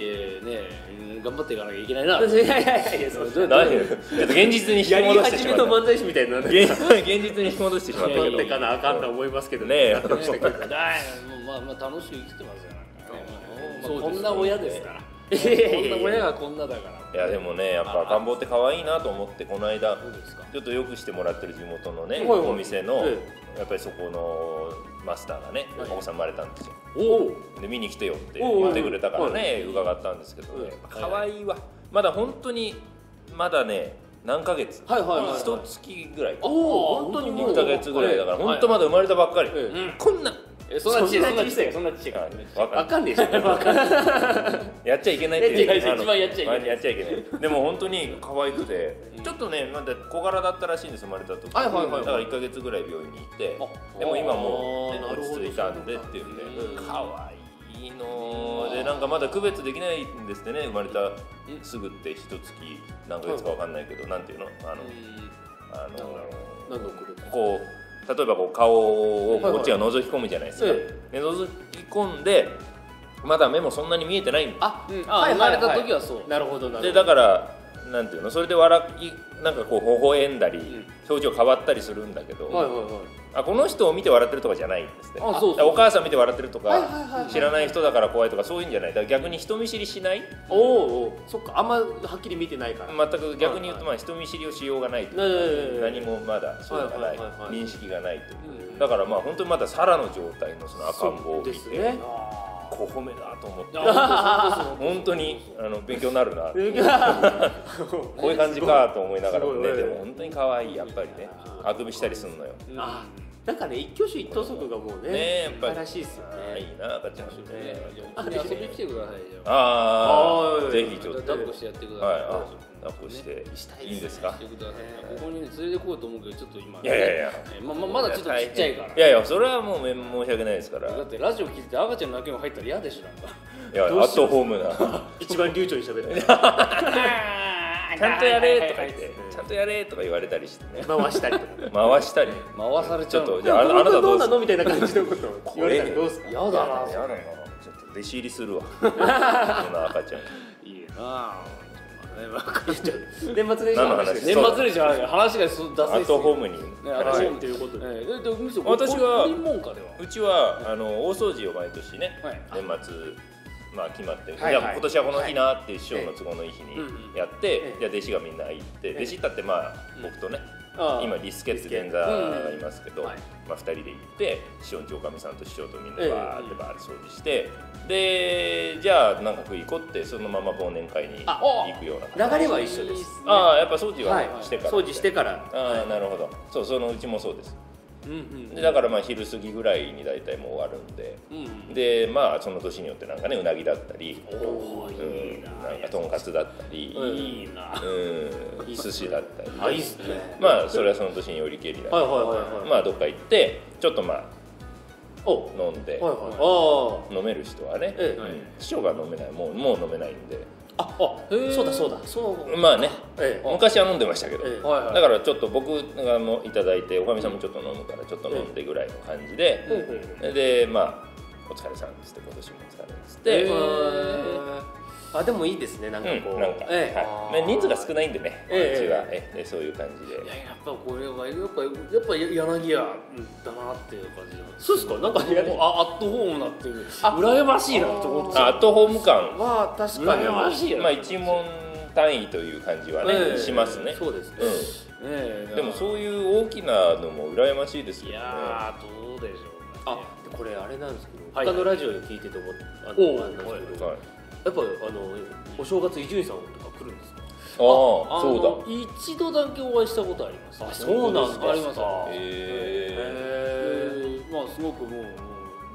[SPEAKER 1] ね頑張っていかなきゃいけない ない
[SPEAKER 3] やいやいやいやそ
[SPEAKER 1] どう
[SPEAKER 3] れ
[SPEAKER 1] やっ
[SPEAKER 2] 何
[SPEAKER 1] て
[SPEAKER 2] ちょっと現実に引き
[SPEAKER 3] やり
[SPEAKER 2] 戻して
[SPEAKER 3] 始
[SPEAKER 2] しま
[SPEAKER 3] め
[SPEAKER 2] った
[SPEAKER 3] の漫才師みたいになって
[SPEAKER 2] 現 現実に引き戻してしま ったけ
[SPEAKER 3] 頑張
[SPEAKER 2] ど
[SPEAKER 3] ってかなあかんと思いますけど
[SPEAKER 2] ね
[SPEAKER 3] ね
[SPEAKER 2] え
[SPEAKER 1] ねまあまあ楽しく生きてますよなんかねまあまあこんな親ですから
[SPEAKER 3] いやいやい
[SPEAKER 1] こん
[SPEAKER 3] や
[SPEAKER 1] な親がこんなだから
[SPEAKER 2] いやでもねやっぱ赤ん坊って可愛いなと思ってこの間
[SPEAKER 1] そうですか
[SPEAKER 2] ちょっとよくしてもらってる地元のね
[SPEAKER 3] はいはい
[SPEAKER 2] お店の
[SPEAKER 3] え
[SPEAKER 2] やっぱりそこのマスターがねお
[SPEAKER 3] はい
[SPEAKER 2] 子さん生まれたんですよ
[SPEAKER 3] おお
[SPEAKER 2] で見に来てよって
[SPEAKER 3] おうおう
[SPEAKER 2] 言ってくれたからね伺ったんですけどね
[SPEAKER 1] うん
[SPEAKER 2] 可愛いわまだ本当にまだね何ヶ月
[SPEAKER 3] はいはいはいはい
[SPEAKER 2] 一月ぐらいか
[SPEAKER 3] おお本当にもう
[SPEAKER 2] 1ヶ月ぐらいだから
[SPEAKER 1] はい
[SPEAKER 2] 本当まだ生まれたばっかり
[SPEAKER 3] ええ
[SPEAKER 2] うんこんな
[SPEAKER 1] えそんな小さい
[SPEAKER 3] そんな小さい
[SPEAKER 1] そんな小さいからね
[SPEAKER 3] あかんでしょわかんない
[SPEAKER 2] やっちゃいけないっていう
[SPEAKER 1] やっちゃいけない
[SPEAKER 2] あの
[SPEAKER 1] 一番やっちゃいけない
[SPEAKER 2] やっちゃいけないでも本当に可愛くて、ちょっとねまだ小柄だったらしいんです生まれた時、
[SPEAKER 3] はいはいはいは
[SPEAKER 2] だ
[SPEAKER 3] い
[SPEAKER 2] から1か月ぐらい病院に行って
[SPEAKER 1] あ
[SPEAKER 2] でも今もう、ね
[SPEAKER 3] あーなる
[SPEAKER 2] 落
[SPEAKER 3] ほど
[SPEAKER 2] ち着いたんでっていうんで
[SPEAKER 1] うん
[SPEAKER 2] 可愛いのでなんかまだ区別できないんですってね生まれたすぐって一月何ヶ月かわかんないけど、なんていうのあの、あの
[SPEAKER 3] 何のこれ
[SPEAKER 2] こう例えばこう顔を
[SPEAKER 3] はいはい
[SPEAKER 2] こっちが覗き込むじゃないですか、で
[SPEAKER 3] え
[SPEAKER 2] 覗き込んでまだ目もそんなに見えてないんで
[SPEAKER 3] あ
[SPEAKER 1] うんあ生まれた時はそう
[SPEAKER 3] なるほどな
[SPEAKER 2] で
[SPEAKER 3] るほ
[SPEAKER 2] だ
[SPEAKER 3] ど
[SPEAKER 2] からなんていうのそれで笑いなんかこう微笑んだり、
[SPEAKER 1] ん
[SPEAKER 2] 表情変わったりするんだけど、
[SPEAKER 3] はいはいはい
[SPEAKER 2] あこの人を見て笑ってるとかじゃないんですね
[SPEAKER 1] あそうそう
[SPEAKER 2] お母さん見て笑ってるとか、
[SPEAKER 3] はいはいはいはい
[SPEAKER 2] 知らない人だから怖いとかそういうんじゃないだから逆に人見知りしない
[SPEAKER 3] おおおそっかあんまはっきり見てないから
[SPEAKER 2] 全く逆に言うと、まあ、人見知りをしようがないというか
[SPEAKER 3] ね
[SPEAKER 2] 何
[SPEAKER 3] え
[SPEAKER 2] もまだそういうのがない,、
[SPEAKER 3] はいはいはいはい
[SPEAKER 2] 認識がないという、
[SPEAKER 3] うん
[SPEAKER 2] だからまあ本当にまだサラの状態のその赤ん坊を
[SPEAKER 3] そう
[SPEAKER 2] 見
[SPEAKER 3] です
[SPEAKER 2] て、
[SPEAKER 3] ね
[SPEAKER 2] 小褒めだと思って
[SPEAKER 1] あ
[SPEAKER 2] 本当にあの勉強になるなって
[SPEAKER 3] あ
[SPEAKER 2] こういう感じかと思いながらもね
[SPEAKER 3] すごい
[SPEAKER 2] でも本当に可愛いやっぱりねあくびしたりするのよね
[SPEAKER 3] なんかね一挙手一投足がもうね
[SPEAKER 2] えやっぱ
[SPEAKER 3] 素晴
[SPEAKER 2] り
[SPEAKER 3] らしいですよ
[SPEAKER 2] あー
[SPEAKER 3] ね
[SPEAKER 2] いいな赤ちゃんって
[SPEAKER 1] ね
[SPEAKER 2] ね
[SPEAKER 1] うちに遊びに来てくださいよ
[SPEAKER 2] あ
[SPEAKER 3] あ
[SPEAKER 2] あ
[SPEAKER 3] ー
[SPEAKER 2] ぜひちょっと
[SPEAKER 1] 抱っこしてやってください
[SPEAKER 2] はいあ抱っこして
[SPEAKER 3] したいですね
[SPEAKER 2] いいんですか
[SPEAKER 1] してくださいここにね連れてこようと思うけどちょっと今
[SPEAKER 2] いやいやいや
[SPEAKER 1] ねまままだちょっとちっちゃいから
[SPEAKER 2] いやいやそれはもうめん申し訳ないですからい
[SPEAKER 1] だってラジオ聞いてて赤ちゃんの泣きも入ったら嫌でしょなんか
[SPEAKER 2] やア
[SPEAKER 3] どうし
[SPEAKER 2] ットホームな
[SPEAKER 3] 一番流暢に喋 る
[SPEAKER 2] ちゃんとやれとか言ってちゃんとやれとか言われたりしてね
[SPEAKER 3] 回したりとか
[SPEAKER 2] 回したり
[SPEAKER 1] 回されちゃう
[SPEAKER 2] ちょっと
[SPEAKER 1] の
[SPEAKER 2] じゃああなあなたど
[SPEAKER 3] ど
[SPEAKER 2] うす
[SPEAKER 3] うな
[SPEAKER 2] る
[SPEAKER 3] のみたいな感じのことを言われたらどうすか
[SPEAKER 1] やだな
[SPEAKER 2] やだなちょっと弟子入りするわこの赤ちゃん
[SPEAKER 1] いいなあねわかる
[SPEAKER 3] 年末年始
[SPEAKER 2] 何の話です
[SPEAKER 1] 年末年始じゃない話がそう出
[SPEAKER 2] ア
[SPEAKER 1] せ
[SPEAKER 2] ットホームに
[SPEAKER 1] ね
[SPEAKER 3] あ
[SPEAKER 1] アットホ
[SPEAKER 3] れそ
[SPEAKER 1] ー
[SPEAKER 3] う
[SPEAKER 1] ム
[SPEAKER 3] ということで
[SPEAKER 1] ええでむしろ
[SPEAKER 2] 私
[SPEAKER 1] 五
[SPEAKER 2] は
[SPEAKER 1] 輪門下では
[SPEAKER 2] うちはあの大掃除を毎年ね、
[SPEAKER 1] はい
[SPEAKER 2] 年末まあ決まって、
[SPEAKER 3] はいいはい
[SPEAKER 2] や今年はこの日なっていう師匠の都合のいい日に
[SPEAKER 1] うんうん
[SPEAKER 2] やって、
[SPEAKER 3] ええ
[SPEAKER 2] じゃあ弟子がみんな行って、弟子だってまあ僕とね、
[SPEAKER 3] ああ
[SPEAKER 2] 今リスケって前座がいますけど、まあ、2人で行って師匠んちおかみさんと師匠とみんな
[SPEAKER 3] ええ
[SPEAKER 2] バーってバーって掃除して、でじゃあなんか食い行こうってそのまま忘年会に
[SPEAKER 3] あ
[SPEAKER 2] 行くような感じ
[SPEAKER 3] 流れは一緒です
[SPEAKER 2] ああやっぱ掃除
[SPEAKER 3] は
[SPEAKER 2] はいしてから、
[SPEAKER 3] 掃除してから
[SPEAKER 2] ああなるほどそうそのうちもそうです
[SPEAKER 1] うんうん
[SPEAKER 2] でだからまあ昼過ぎぐらいに大体もう終わるんで
[SPEAKER 1] うんうん
[SPEAKER 2] でまあその年によってなんかねうなぎだったり、
[SPEAKER 1] おお
[SPEAKER 2] う
[SPEAKER 1] いい
[SPEAKER 2] ん、
[SPEAKER 1] な
[SPEAKER 2] なんかとんかつだったり、
[SPEAKER 1] いいな
[SPEAKER 2] うん、寿司だったり
[SPEAKER 3] あいいっすね
[SPEAKER 2] まあそれはその年によりけりだ、
[SPEAKER 3] はいはいはいはい
[SPEAKER 2] まあどっか行ってちょっとまあ
[SPEAKER 3] おはい
[SPEAKER 2] 飲んで、
[SPEAKER 3] はいああ
[SPEAKER 2] 飲める人はね、
[SPEAKER 3] ええ
[SPEAKER 2] うん師匠が飲めないもうもう飲めないんで
[SPEAKER 3] ああ
[SPEAKER 1] へえ
[SPEAKER 3] そうだそうだそう
[SPEAKER 2] まあね
[SPEAKER 3] ええ
[SPEAKER 2] 昔は飲んでましたけど、
[SPEAKER 3] ええ
[SPEAKER 1] はいはい
[SPEAKER 2] だからちょっと僕がもいただいておかみさんもちょっと飲むからちょっと飲んでぐらいの感じで、
[SPEAKER 3] ほうほうほう
[SPEAKER 2] でまあお疲れさんっつって今年もお疲れっつっ
[SPEAKER 1] え
[SPEAKER 2] て、
[SPEAKER 1] え
[SPEAKER 3] あでもいいですねなんかこう、
[SPEAKER 2] うんなんか、
[SPEAKER 3] ええ
[SPEAKER 2] はいまあ、人数が少ないんでね、
[SPEAKER 3] ええ
[SPEAKER 2] うちは、ええそういう感じで
[SPEAKER 1] いややっぱこれはやっぱやっぱ柳屋だなっていう感じが
[SPEAKER 3] そうですかなんかやり
[SPEAKER 1] あアットホームなっていう
[SPEAKER 3] あ
[SPEAKER 1] 羨ましいなって思って
[SPEAKER 2] あア
[SPEAKER 1] た
[SPEAKER 2] ットホーム感
[SPEAKER 3] まあ確かに
[SPEAKER 1] 羨ましいよ
[SPEAKER 2] まあ一問単位という感じはね、
[SPEAKER 1] ええ
[SPEAKER 2] しますね、
[SPEAKER 3] そうですね、
[SPEAKER 1] ねえ
[SPEAKER 2] うん、でもそういう大きなのも羨ましいですよ
[SPEAKER 1] い
[SPEAKER 2] ね
[SPEAKER 1] やーどうでしょうかね
[SPEAKER 3] あこれあれなんですけど、
[SPEAKER 1] はい
[SPEAKER 3] 他のラジオで聞いてて思ったあ
[SPEAKER 1] おう
[SPEAKER 3] のあれなんですけど、
[SPEAKER 2] はい、
[SPEAKER 3] やっぱあのお正月伊集院さんとか来るんですか
[SPEAKER 2] ああ
[SPEAKER 1] あ
[SPEAKER 2] そうだ
[SPEAKER 1] の一度だけお会いしたことあります
[SPEAKER 3] あそうなんですか
[SPEAKER 1] あります
[SPEAKER 3] へ
[SPEAKER 2] え
[SPEAKER 3] へ
[SPEAKER 1] えーまあすごくもうもうだ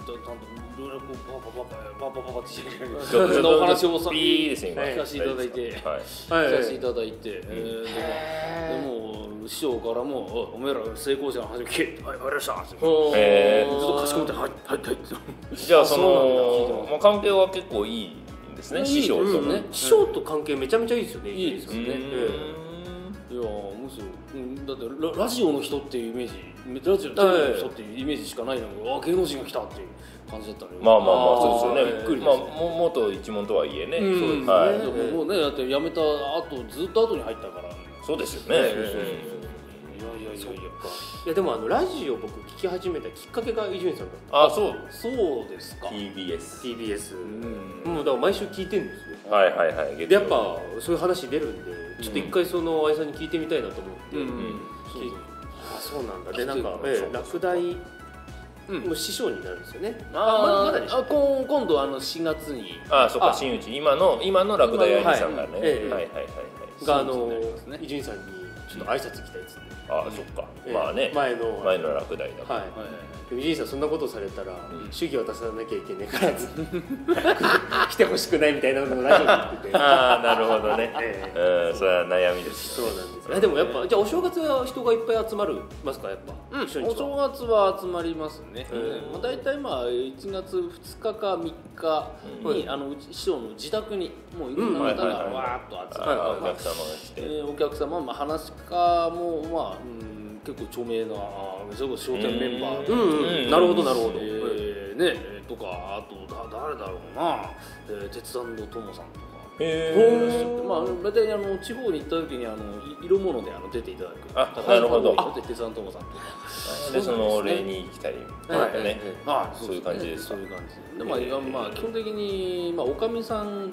[SPEAKER 1] ちゃんといろいろこうパパパパパパパパってしてる
[SPEAKER 2] え
[SPEAKER 1] ちょっとお話をおさ
[SPEAKER 2] いいですね今
[SPEAKER 1] 聞かせていただいて
[SPEAKER 2] はい
[SPEAKER 3] は
[SPEAKER 1] させていただいて、えー
[SPEAKER 3] へ
[SPEAKER 1] でもでも師匠からも「おお前ら成功者の話を聞け」はい「わかりました」ってずっと
[SPEAKER 3] ほう
[SPEAKER 2] えー
[SPEAKER 1] かしこまって「はいはいはい」って
[SPEAKER 2] じゃあそ
[SPEAKER 1] そうなん
[SPEAKER 2] の
[SPEAKER 1] だ
[SPEAKER 2] まあ、関係は結構いいんですね、
[SPEAKER 1] いい
[SPEAKER 2] 師匠との
[SPEAKER 1] うんね
[SPEAKER 3] 師匠と関係めちゃめちゃいいですよね
[SPEAKER 1] いいです
[SPEAKER 2] う
[SPEAKER 1] ね
[SPEAKER 2] ん
[SPEAKER 1] えいやーむしろ、うん、だってララジオの人っていうイメージめラジオテレビの人っていうイメージしかないのに、あ芸能人が来たっていう感じだったのよ
[SPEAKER 2] まあまあまあ
[SPEAKER 3] あー
[SPEAKER 2] そうですよね
[SPEAKER 3] びっ
[SPEAKER 1] くりです
[SPEAKER 2] まあも元一門とはいえね、
[SPEAKER 1] うん
[SPEAKER 2] そうですね、
[SPEAKER 1] は
[SPEAKER 2] はいい、
[SPEAKER 1] でももうねだって辞めた後ずっと後に入ったからい
[SPEAKER 2] そうですよね、
[SPEAKER 3] そうそう
[SPEAKER 1] やいやいやいや
[SPEAKER 3] いやでもあのラジオ僕聞き始めたきっかけが伊集院さんだった
[SPEAKER 2] あそう
[SPEAKER 1] そうですか
[SPEAKER 2] TBS
[SPEAKER 1] う
[SPEAKER 3] TBS
[SPEAKER 1] ん
[SPEAKER 3] もうだから毎週聞いてるんですよ
[SPEAKER 2] はいはいはい月
[SPEAKER 3] で
[SPEAKER 2] 曜
[SPEAKER 3] やっぱそういう話出るんでちょっと一回その愛さんに聞いてみたいなと思って、
[SPEAKER 1] うん
[SPEAKER 3] 聞いあそうなんだで
[SPEAKER 1] 聞いて
[SPEAKER 3] なんか、
[SPEAKER 2] そう
[SPEAKER 3] え
[SPEAKER 2] そう
[SPEAKER 3] え落第
[SPEAKER 1] うん
[SPEAKER 3] の師匠になるんですよね、
[SPEAKER 1] あ
[SPEAKER 3] まだまだ
[SPEAKER 1] ー
[SPEAKER 3] でした
[SPEAKER 1] あこん今度あの4月に
[SPEAKER 2] あそっ
[SPEAKER 3] あ
[SPEAKER 2] か真打ち今の今の落第兄さんがね、
[SPEAKER 3] 今のはいええ
[SPEAKER 2] はいはいはいはい
[SPEAKER 3] があ
[SPEAKER 1] そう
[SPEAKER 3] の
[SPEAKER 1] ですね
[SPEAKER 3] 伊集院さんにちょっと挨拶行きたいっつって、
[SPEAKER 2] あそっか、
[SPEAKER 3] ええ
[SPEAKER 2] まあね
[SPEAKER 3] 前の
[SPEAKER 2] 前の落第だから、
[SPEAKER 3] はい、でも伊集院さんそんなことされたら、
[SPEAKER 2] ん
[SPEAKER 3] 主義渡さなきゃいけないからずっと 来てほしくないみたいなのをラジオで言 ってて
[SPEAKER 2] ああなるほどね、
[SPEAKER 3] え
[SPEAKER 2] うんそれは悩みです
[SPEAKER 3] そうなんですよでもやっぱじゃあお正月は人がいっぱい集まりますかやっぱ、
[SPEAKER 1] うん、お
[SPEAKER 3] 初日は
[SPEAKER 1] 正月は集まりますね、
[SPEAKER 3] うん
[SPEAKER 1] まあ、大体まあ1月2日か3日に、
[SPEAKER 3] う
[SPEAKER 1] あのうち師匠の自宅にもういろんな方が
[SPEAKER 2] うんはいはいはい
[SPEAKER 1] わーっと集ま
[SPEAKER 3] はい
[SPEAKER 1] る、
[SPEAKER 2] あーお客様が来て、
[SPEAKER 1] えーお客様、まあ、話し家も、まあうん、結構著名なあーそれこそ笑点メンバー
[SPEAKER 3] うんうん、なるほどなるほど、
[SPEAKER 1] えーねえーとかあとだ誰だろうな、えー、鉄腕の友さんとか。
[SPEAKER 2] へ
[SPEAKER 3] ほ
[SPEAKER 2] え
[SPEAKER 1] まあ、あの大体あの地方に行った時にあのい色物であの出ていただく
[SPEAKER 2] あ
[SPEAKER 1] 方
[SPEAKER 2] なるほど
[SPEAKER 1] が多いので鉄腕の友さんとか
[SPEAKER 2] でそのお礼に来たりみたいなね、
[SPEAKER 1] はい
[SPEAKER 2] そういう感じですか
[SPEAKER 1] そういう感じで、まあ
[SPEAKER 2] えー
[SPEAKER 1] まあ、基本的に、まあ、おかみさん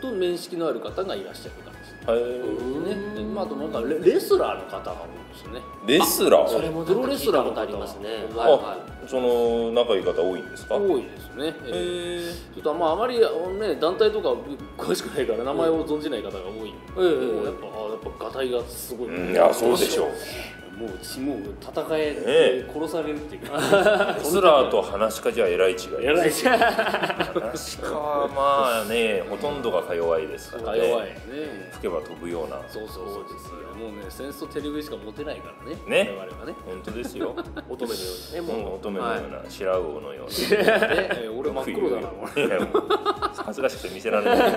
[SPEAKER 1] と面識のある方がいらっしゃる感
[SPEAKER 2] はい
[SPEAKER 1] じですねで、まあ、あとなんかレレスラーの方が多いですね
[SPEAKER 2] レスラー
[SPEAKER 3] それもなんか
[SPEAKER 1] プロレ
[SPEAKER 3] 聞
[SPEAKER 1] スラ
[SPEAKER 3] いた
[SPEAKER 1] ーの
[SPEAKER 3] こ
[SPEAKER 1] 方
[SPEAKER 3] とありますね
[SPEAKER 1] あ
[SPEAKER 3] はいはい
[SPEAKER 2] その仲いい方多いんですか
[SPEAKER 1] 多いですね、えー
[SPEAKER 2] へえ
[SPEAKER 1] ちょっとまああまりあのね団体とか詳しくないから名前を存じない方が多いんで、
[SPEAKER 3] うん
[SPEAKER 1] やっぱあやっぱがたいがすごい、
[SPEAKER 2] うんいやそうでしょう
[SPEAKER 1] もうちもう戦え
[SPEAKER 2] え
[SPEAKER 1] 殺されるっていうか、
[SPEAKER 2] レスラーと話し家じゃえらい違い
[SPEAKER 1] やらないしか
[SPEAKER 2] 話し家はまあねほとんどがか弱いですから
[SPEAKER 1] 弱
[SPEAKER 2] ね
[SPEAKER 1] いね
[SPEAKER 2] 吹けば飛ぶような
[SPEAKER 1] そうそうそうですよもうねセンスとテレビしか持てないからね
[SPEAKER 2] ね
[SPEAKER 1] 我々はね
[SPEAKER 2] 本当ですよ
[SPEAKER 3] 乙女のようにね
[SPEAKER 2] もう
[SPEAKER 3] もう
[SPEAKER 2] 乙女のような、白魚のよう
[SPEAKER 1] で えー俺
[SPEAKER 2] な
[SPEAKER 1] 真っ黒だなもう
[SPEAKER 2] いやもう恥ずかしくて見せられない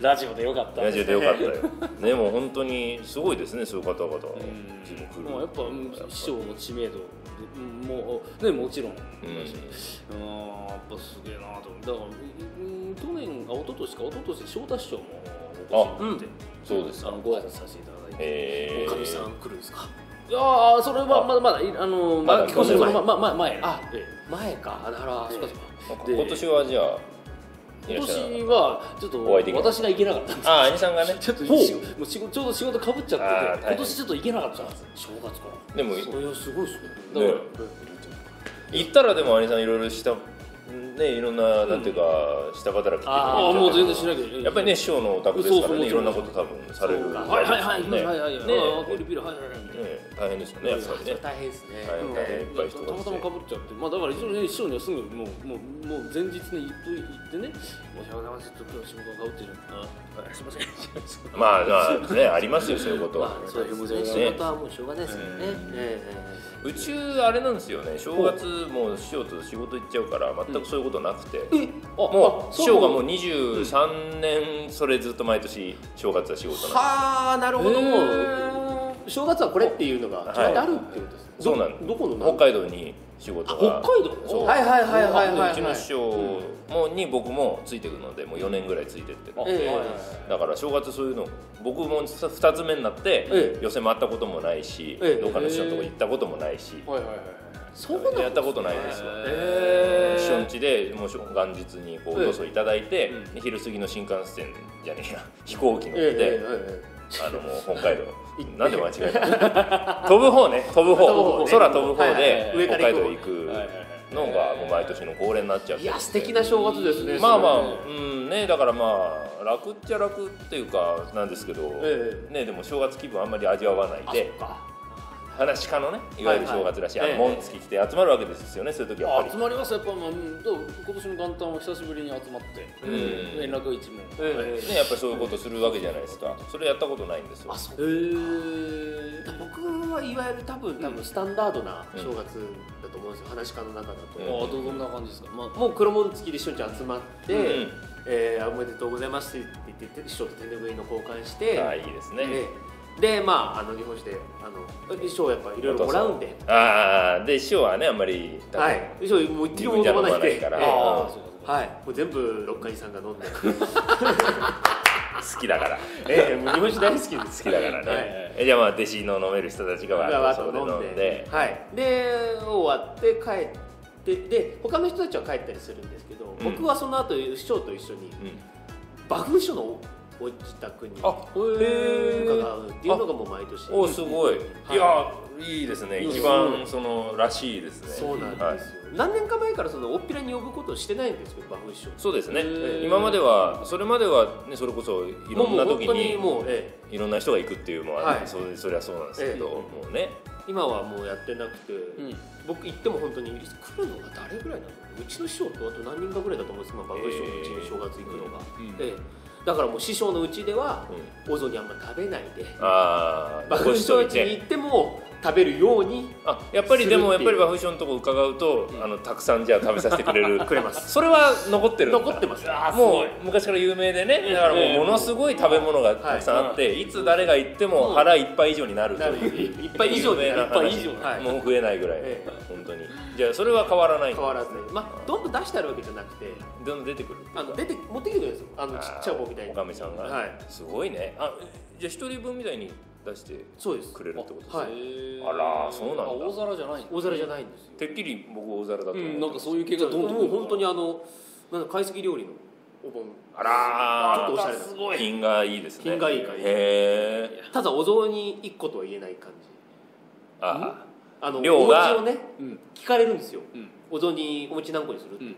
[SPEAKER 1] ラジオでよかった
[SPEAKER 2] ラジオでよかったよねもう本当にすごいですねそういう方々自分来る
[SPEAKER 1] もうやっぱうん師匠の知名度うんもうねもちろんだし、うん、やっぱすげえなと思ってだからうん去年あ一昨年か一昨年翔太師匠もお越しになって
[SPEAKER 2] そうです
[SPEAKER 1] あのご挨拶させていただいて、
[SPEAKER 2] え
[SPEAKER 3] お
[SPEAKER 2] ー
[SPEAKER 3] かみさん来るんですか
[SPEAKER 1] いやーそれはまだまだいあの
[SPEAKER 2] まだ
[SPEAKER 1] まあ基本的に
[SPEAKER 2] まだ
[SPEAKER 1] ままま前
[SPEAKER 3] あ
[SPEAKER 1] え
[SPEAKER 3] 前かあだからそうかそうか
[SPEAKER 1] で
[SPEAKER 2] 今年はじゃあ
[SPEAKER 1] え
[SPEAKER 2] いらっ
[SPEAKER 1] 今
[SPEAKER 2] しゃらない
[SPEAKER 1] 年はちょっと
[SPEAKER 2] お会いできなかった
[SPEAKER 1] 私が行けなかったんです
[SPEAKER 2] ああ兄さんがね
[SPEAKER 1] ちょっと
[SPEAKER 2] ほう
[SPEAKER 1] しもう仕事ちょうど仕事かぶっち
[SPEAKER 2] あー
[SPEAKER 1] ゃっ
[SPEAKER 2] 大
[SPEAKER 1] て
[SPEAKER 2] 変
[SPEAKER 1] て今年ちょっと行けなかったんです正月から
[SPEAKER 2] でも
[SPEAKER 3] それはすごいですね
[SPEAKER 1] だから、
[SPEAKER 2] ね行ったらでも兄さんいろいろしたねいろんななんていうか下働きってい
[SPEAKER 1] あー
[SPEAKER 2] うか
[SPEAKER 1] もう全然しなきゃいけない
[SPEAKER 2] やっぱりね師匠のお宅ですか
[SPEAKER 1] そう
[SPEAKER 2] ら
[SPEAKER 1] そう
[SPEAKER 2] ねいろんなこと多分される
[SPEAKER 1] はいはいはい
[SPEAKER 2] ね
[SPEAKER 1] はいはいはい
[SPEAKER 2] ね
[SPEAKER 1] あーピルピルはいはいはいみたいな
[SPEAKER 2] ね大変ですよねやっぱりね
[SPEAKER 3] 大変ですね、
[SPEAKER 2] 大変大変いっぱい人
[SPEAKER 1] た
[SPEAKER 2] が
[SPEAKER 1] ま
[SPEAKER 2] 来
[SPEAKER 1] たま
[SPEAKER 2] て
[SPEAKER 1] かぶっちゃって、まあ、だから一応ね、師匠にはすぐもうもうもう前日に言っといてね、申し訳ございません、ちょっと今日仕事がかぶってるあはいすいません、
[SPEAKER 2] まあまあねありますよそういうことは
[SPEAKER 3] まあそうです
[SPEAKER 1] ね
[SPEAKER 3] ね仕事はもうしょうがないですよね、
[SPEAKER 2] うん
[SPEAKER 3] え
[SPEAKER 2] うちあれなんですよね正月もう師匠と仕事行っちゃうから全くそういうことなくて、もう師匠がもう23年それずっと毎年正月は仕事なんで
[SPEAKER 3] はあなるほどもう正月はこれっていうのがちゃんとあるってことですね、
[SPEAKER 2] すそうなん
[SPEAKER 3] どこの
[SPEAKER 2] 北海道に仕事
[SPEAKER 1] あ
[SPEAKER 2] が
[SPEAKER 1] 北海道
[SPEAKER 2] そう
[SPEAKER 3] はいはいはいはいはいはいう
[SPEAKER 2] ちの師匠もに僕もついてくるのでもう4年ぐらいついてってるんで、
[SPEAKER 3] え
[SPEAKER 2] だから正月そういうの僕も2つ目になって、
[SPEAKER 3] え
[SPEAKER 2] 寄せ回ったこともないし、
[SPEAKER 3] ええ
[SPEAKER 2] どっかの師匠のとこ行ったこともないし、
[SPEAKER 1] はいはいはい、
[SPEAKER 3] そうなんですね
[SPEAKER 2] やったことないですわ
[SPEAKER 1] え
[SPEAKER 2] 初日でもう元日にこう
[SPEAKER 3] ええ
[SPEAKER 2] よそいただいて、
[SPEAKER 1] う
[SPEAKER 2] 昼過ぎの新幹線じゃねえや 飛行機乗って、
[SPEAKER 3] え
[SPEAKER 2] あのもう北 海道なんで間違えたの 飛ぶ方ね飛ぶ方
[SPEAKER 3] 飛ぶ方ね
[SPEAKER 2] 空飛ぶ方で、
[SPEAKER 3] はいはいはい
[SPEAKER 2] 北海道行く
[SPEAKER 1] はいはいはい
[SPEAKER 2] のがもう毎年の恒例になっちゃってるんで
[SPEAKER 3] いや素敵な正月ですね
[SPEAKER 2] まあまあ
[SPEAKER 3] それ
[SPEAKER 2] う
[SPEAKER 3] ね
[SPEAKER 2] んねだからまあ楽っちゃ楽っていうかなんですけど、
[SPEAKER 3] え
[SPEAKER 2] ねでも正月気分あんまり味わわないで
[SPEAKER 3] そっか
[SPEAKER 2] 話し家のねいわゆる正月らしい、
[SPEAKER 3] はいはい
[SPEAKER 2] あの紋付き着て集まるわけですよねそういう時やっぱり
[SPEAKER 1] 集まりますやっぱ、まあ、うんどう今年の元旦は久しぶりに集まって、
[SPEAKER 2] うん
[SPEAKER 1] 連絡一も、
[SPEAKER 3] えええ
[SPEAKER 2] ね、やっぱりそういうことするわけじゃないですかそれやったことないんですよ
[SPEAKER 3] あそう
[SPEAKER 1] えー、
[SPEAKER 3] 僕はいわゆる多分多分スタンダードな正月だと思うんですよ、話し家の中だ
[SPEAKER 2] う
[SPEAKER 1] あ
[SPEAKER 2] ん
[SPEAKER 3] と、
[SPEAKER 1] ーどどんな感じですか、まあ、
[SPEAKER 3] もう黒門付きで一緒に集まって、
[SPEAKER 2] うん
[SPEAKER 3] えーおめでとうございますって言って師匠と手拭いの交換して、
[SPEAKER 2] ああいいですね、
[SPEAKER 3] ええでまああの日本酒であの衣装やっぱいろいろもらうんで、
[SPEAKER 2] ああで師匠はねあんまり
[SPEAKER 3] はい、衣装もう一滴
[SPEAKER 2] 自
[SPEAKER 3] も
[SPEAKER 2] 分じゃ
[SPEAKER 3] 飲
[SPEAKER 2] 飲
[SPEAKER 3] まな
[SPEAKER 2] ま
[SPEAKER 3] い
[SPEAKER 2] ない
[SPEAKER 3] で
[SPEAKER 2] から、
[SPEAKER 3] ええ
[SPEAKER 1] あー
[SPEAKER 2] うん
[SPEAKER 1] そうかそうか
[SPEAKER 3] はい、もう全部六花さんが飲んで、
[SPEAKER 2] 好きだから
[SPEAKER 3] ええもう日本酒大好きです
[SPEAKER 2] 好きだからね、
[SPEAKER 3] はい
[SPEAKER 2] えじゃあまあ弟子の飲める人たちがわ
[SPEAKER 3] わー
[SPEAKER 2] ー
[SPEAKER 3] っ
[SPEAKER 2] っ
[SPEAKER 3] と
[SPEAKER 2] と
[SPEAKER 3] 飲
[SPEAKER 2] 飲
[SPEAKER 3] んで
[SPEAKER 2] んで
[SPEAKER 3] はい、で終わって帰ってで他の人たちは帰ったりするんですけど、
[SPEAKER 2] うん
[SPEAKER 3] 僕はその後師匠と一緒に
[SPEAKER 2] うん
[SPEAKER 3] 馬風師匠のご自宅に
[SPEAKER 2] あ
[SPEAKER 3] 伺うっていうのがもう毎年
[SPEAKER 2] おすごい、
[SPEAKER 3] はい
[SPEAKER 2] いやいいですね
[SPEAKER 3] うん
[SPEAKER 2] 一番そのらしいですね
[SPEAKER 3] そうなんですよ、
[SPEAKER 2] はい
[SPEAKER 3] 何年か前からそのおっぴらに呼ぶことをしてないんですけど馬風師匠
[SPEAKER 2] そうですね
[SPEAKER 1] ー
[SPEAKER 2] 今まではそれまではねそれこそいろんな時に
[SPEAKER 3] もうもう本当にもう、え
[SPEAKER 2] いろんな人が行くっていうのは、
[SPEAKER 3] はい
[SPEAKER 2] それそれはそうなんですけど、
[SPEAKER 3] え
[SPEAKER 2] もうね
[SPEAKER 3] え今はもうやってなくて、
[SPEAKER 1] うん
[SPEAKER 3] 僕行っても本当に来るのが誰ぐらいなのうちの師匠とあと何人かぐらいだと思うんです今馬風師匠のうちに正月行くのが、
[SPEAKER 1] うん
[SPEAKER 3] ええだからもう師匠のうちでは
[SPEAKER 2] うん
[SPEAKER 3] お雑煮あんま食べないで
[SPEAKER 2] ああ
[SPEAKER 3] 馬風師匠のうちに行っても食べるように
[SPEAKER 2] あやっぱりでも
[SPEAKER 3] す
[SPEAKER 2] や
[SPEAKER 3] るっ
[SPEAKER 2] って
[SPEAKER 3] いう
[SPEAKER 2] ぱりバフションのとこ伺うと、あのたくさんじゃあ食べさせてくれる
[SPEAKER 3] くれます
[SPEAKER 2] それは残ってるんだ
[SPEAKER 3] 残ってます
[SPEAKER 2] もう昔から有名でねだからもうものすごい食べ物がたくさんあって、い、つ誰が行っても腹いっぱい以上になると
[SPEAKER 3] なる
[SPEAKER 2] いう
[SPEAKER 3] いっぱい以上で
[SPEAKER 2] 有名な話
[SPEAKER 1] いっぱい以上
[SPEAKER 3] はい
[SPEAKER 2] もう増えないぐらい、
[SPEAKER 3] え
[SPEAKER 2] 本当にじゃあそれは変わらない
[SPEAKER 3] 変わらずまあどんどん出してあるわけじゃなくて
[SPEAKER 2] どんどん出てくる
[SPEAKER 3] あの出て持ってきてくれるんですよあのちっちゃい棒みたいに
[SPEAKER 2] おかみさんが、
[SPEAKER 3] はい
[SPEAKER 2] すごいねあじゃあ一人分みたいに出して
[SPEAKER 3] そうです
[SPEAKER 2] くれるってことですね、
[SPEAKER 3] はい
[SPEAKER 2] あらそうなんだ
[SPEAKER 1] あ大皿じゃないんだ
[SPEAKER 3] 大皿じゃないんですよ
[SPEAKER 2] てっきり僕大皿だと思
[SPEAKER 1] う
[SPEAKER 2] って
[SPEAKER 1] ん、なんか
[SPEAKER 2] ました
[SPEAKER 1] そういう系がどんどん
[SPEAKER 3] もう本当にあのなんだ懐石料理のお盆
[SPEAKER 2] あらー
[SPEAKER 3] ちょっとおしゃれな
[SPEAKER 2] すごい品がいいですね
[SPEAKER 3] 品がいいから
[SPEAKER 2] へえ
[SPEAKER 3] ただお雑煮1個とは言えない感じ
[SPEAKER 2] あ
[SPEAKER 3] あの
[SPEAKER 2] 量が
[SPEAKER 3] お餅をね
[SPEAKER 1] うん
[SPEAKER 3] 聞かれるんですよ
[SPEAKER 1] うん
[SPEAKER 3] お雑煮お餅何個にする、
[SPEAKER 1] うん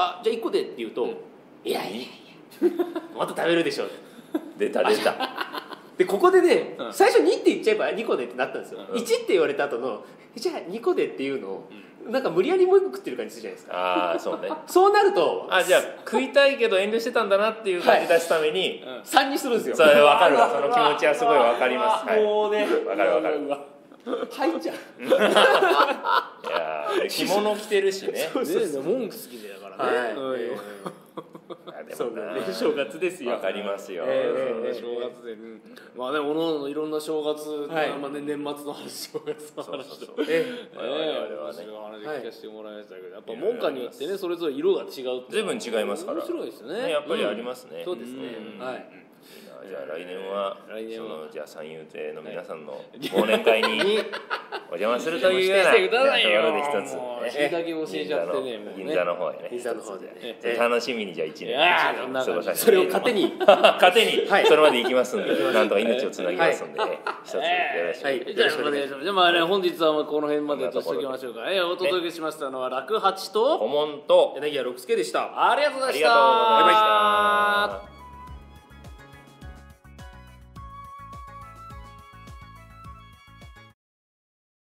[SPEAKER 3] あじゃあ1個でって言うと、
[SPEAKER 1] うん
[SPEAKER 3] いやいやいやまた食べるでしょ
[SPEAKER 2] 出た出 た
[SPEAKER 3] でここでね、
[SPEAKER 1] うん
[SPEAKER 3] 最初2って言っちゃえば2個でってなったんですよ、
[SPEAKER 2] うん
[SPEAKER 3] 1って言われた後のじゃあ2個でっていうのを、なんか無理やりもう1個食ってる感じするじゃないですか
[SPEAKER 2] ああそうね
[SPEAKER 3] そうなると
[SPEAKER 2] あじゃあ食いたいけど遠慮してたんだなっていう感じ出すために、
[SPEAKER 1] うん
[SPEAKER 3] 3にするんですよ
[SPEAKER 2] それわかるわその気持ちはすごいわかりますはいわ
[SPEAKER 3] もうね
[SPEAKER 2] かるわかる
[SPEAKER 1] うわ
[SPEAKER 3] 入っちゃう
[SPEAKER 2] いやー着物着てるし ね
[SPEAKER 1] ねえ文句好きだからね、
[SPEAKER 3] はい
[SPEAKER 1] うん
[SPEAKER 2] いやでもな
[SPEAKER 3] そうだね正月ですよ
[SPEAKER 2] わかりますよ、
[SPEAKER 3] ええええ
[SPEAKER 1] 正月で、うんまあね、おのおのいろんな正月、
[SPEAKER 3] はい
[SPEAKER 1] まあね、年末の話、正月の話と
[SPEAKER 2] そうそうそう
[SPEAKER 3] え
[SPEAKER 1] ねえ
[SPEAKER 2] 我々は
[SPEAKER 1] 面
[SPEAKER 2] ね
[SPEAKER 1] 白い話聞かせてもらいましたけど、やっぱ文化によってね、それぞれ色が違うっていうのは
[SPEAKER 2] 随分違いますから
[SPEAKER 1] 面白いですよね。
[SPEAKER 2] ねやっぱりあります
[SPEAKER 1] う
[SPEAKER 2] ね
[SPEAKER 1] ん、そうですね
[SPEAKER 2] ん。
[SPEAKER 1] はい。
[SPEAKER 2] いいなじゃあ来年は、
[SPEAKER 1] 来年は
[SPEAKER 2] そのじゃあ三遊亭の皆さんの忘年会にお邪魔するというよう
[SPEAKER 1] し
[SPEAKER 2] な
[SPEAKER 1] てくださいよ
[SPEAKER 2] ところで一つ
[SPEAKER 1] もう
[SPEAKER 2] ね
[SPEAKER 1] しいたけ教えちゃってね
[SPEAKER 2] 銀座
[SPEAKER 1] も
[SPEAKER 2] の
[SPEAKER 1] うね
[SPEAKER 2] 銀座の方へね
[SPEAKER 3] え座の方でね
[SPEAKER 1] え
[SPEAKER 3] ええ
[SPEAKER 2] 楽しみにじゃあ一
[SPEAKER 1] い
[SPEAKER 2] 年
[SPEAKER 1] やー
[SPEAKER 2] 一年過ごさせ
[SPEAKER 3] そ
[SPEAKER 2] て
[SPEAKER 3] れを糧に
[SPEAKER 2] 糧に
[SPEAKER 3] はい
[SPEAKER 2] それまで行きますんで、なんとか命をつなぎますんでね、一つよろしく
[SPEAKER 3] はい
[SPEAKER 1] じゃあ、お願いします。じゃあ、まあね、本日はこの辺までとしておきましょうか。ええ、お父届けしましたのは楽八と
[SPEAKER 2] 顧問と
[SPEAKER 3] 柳原六輔でした
[SPEAKER 1] ありがとうございました
[SPEAKER 2] ありがとうございました。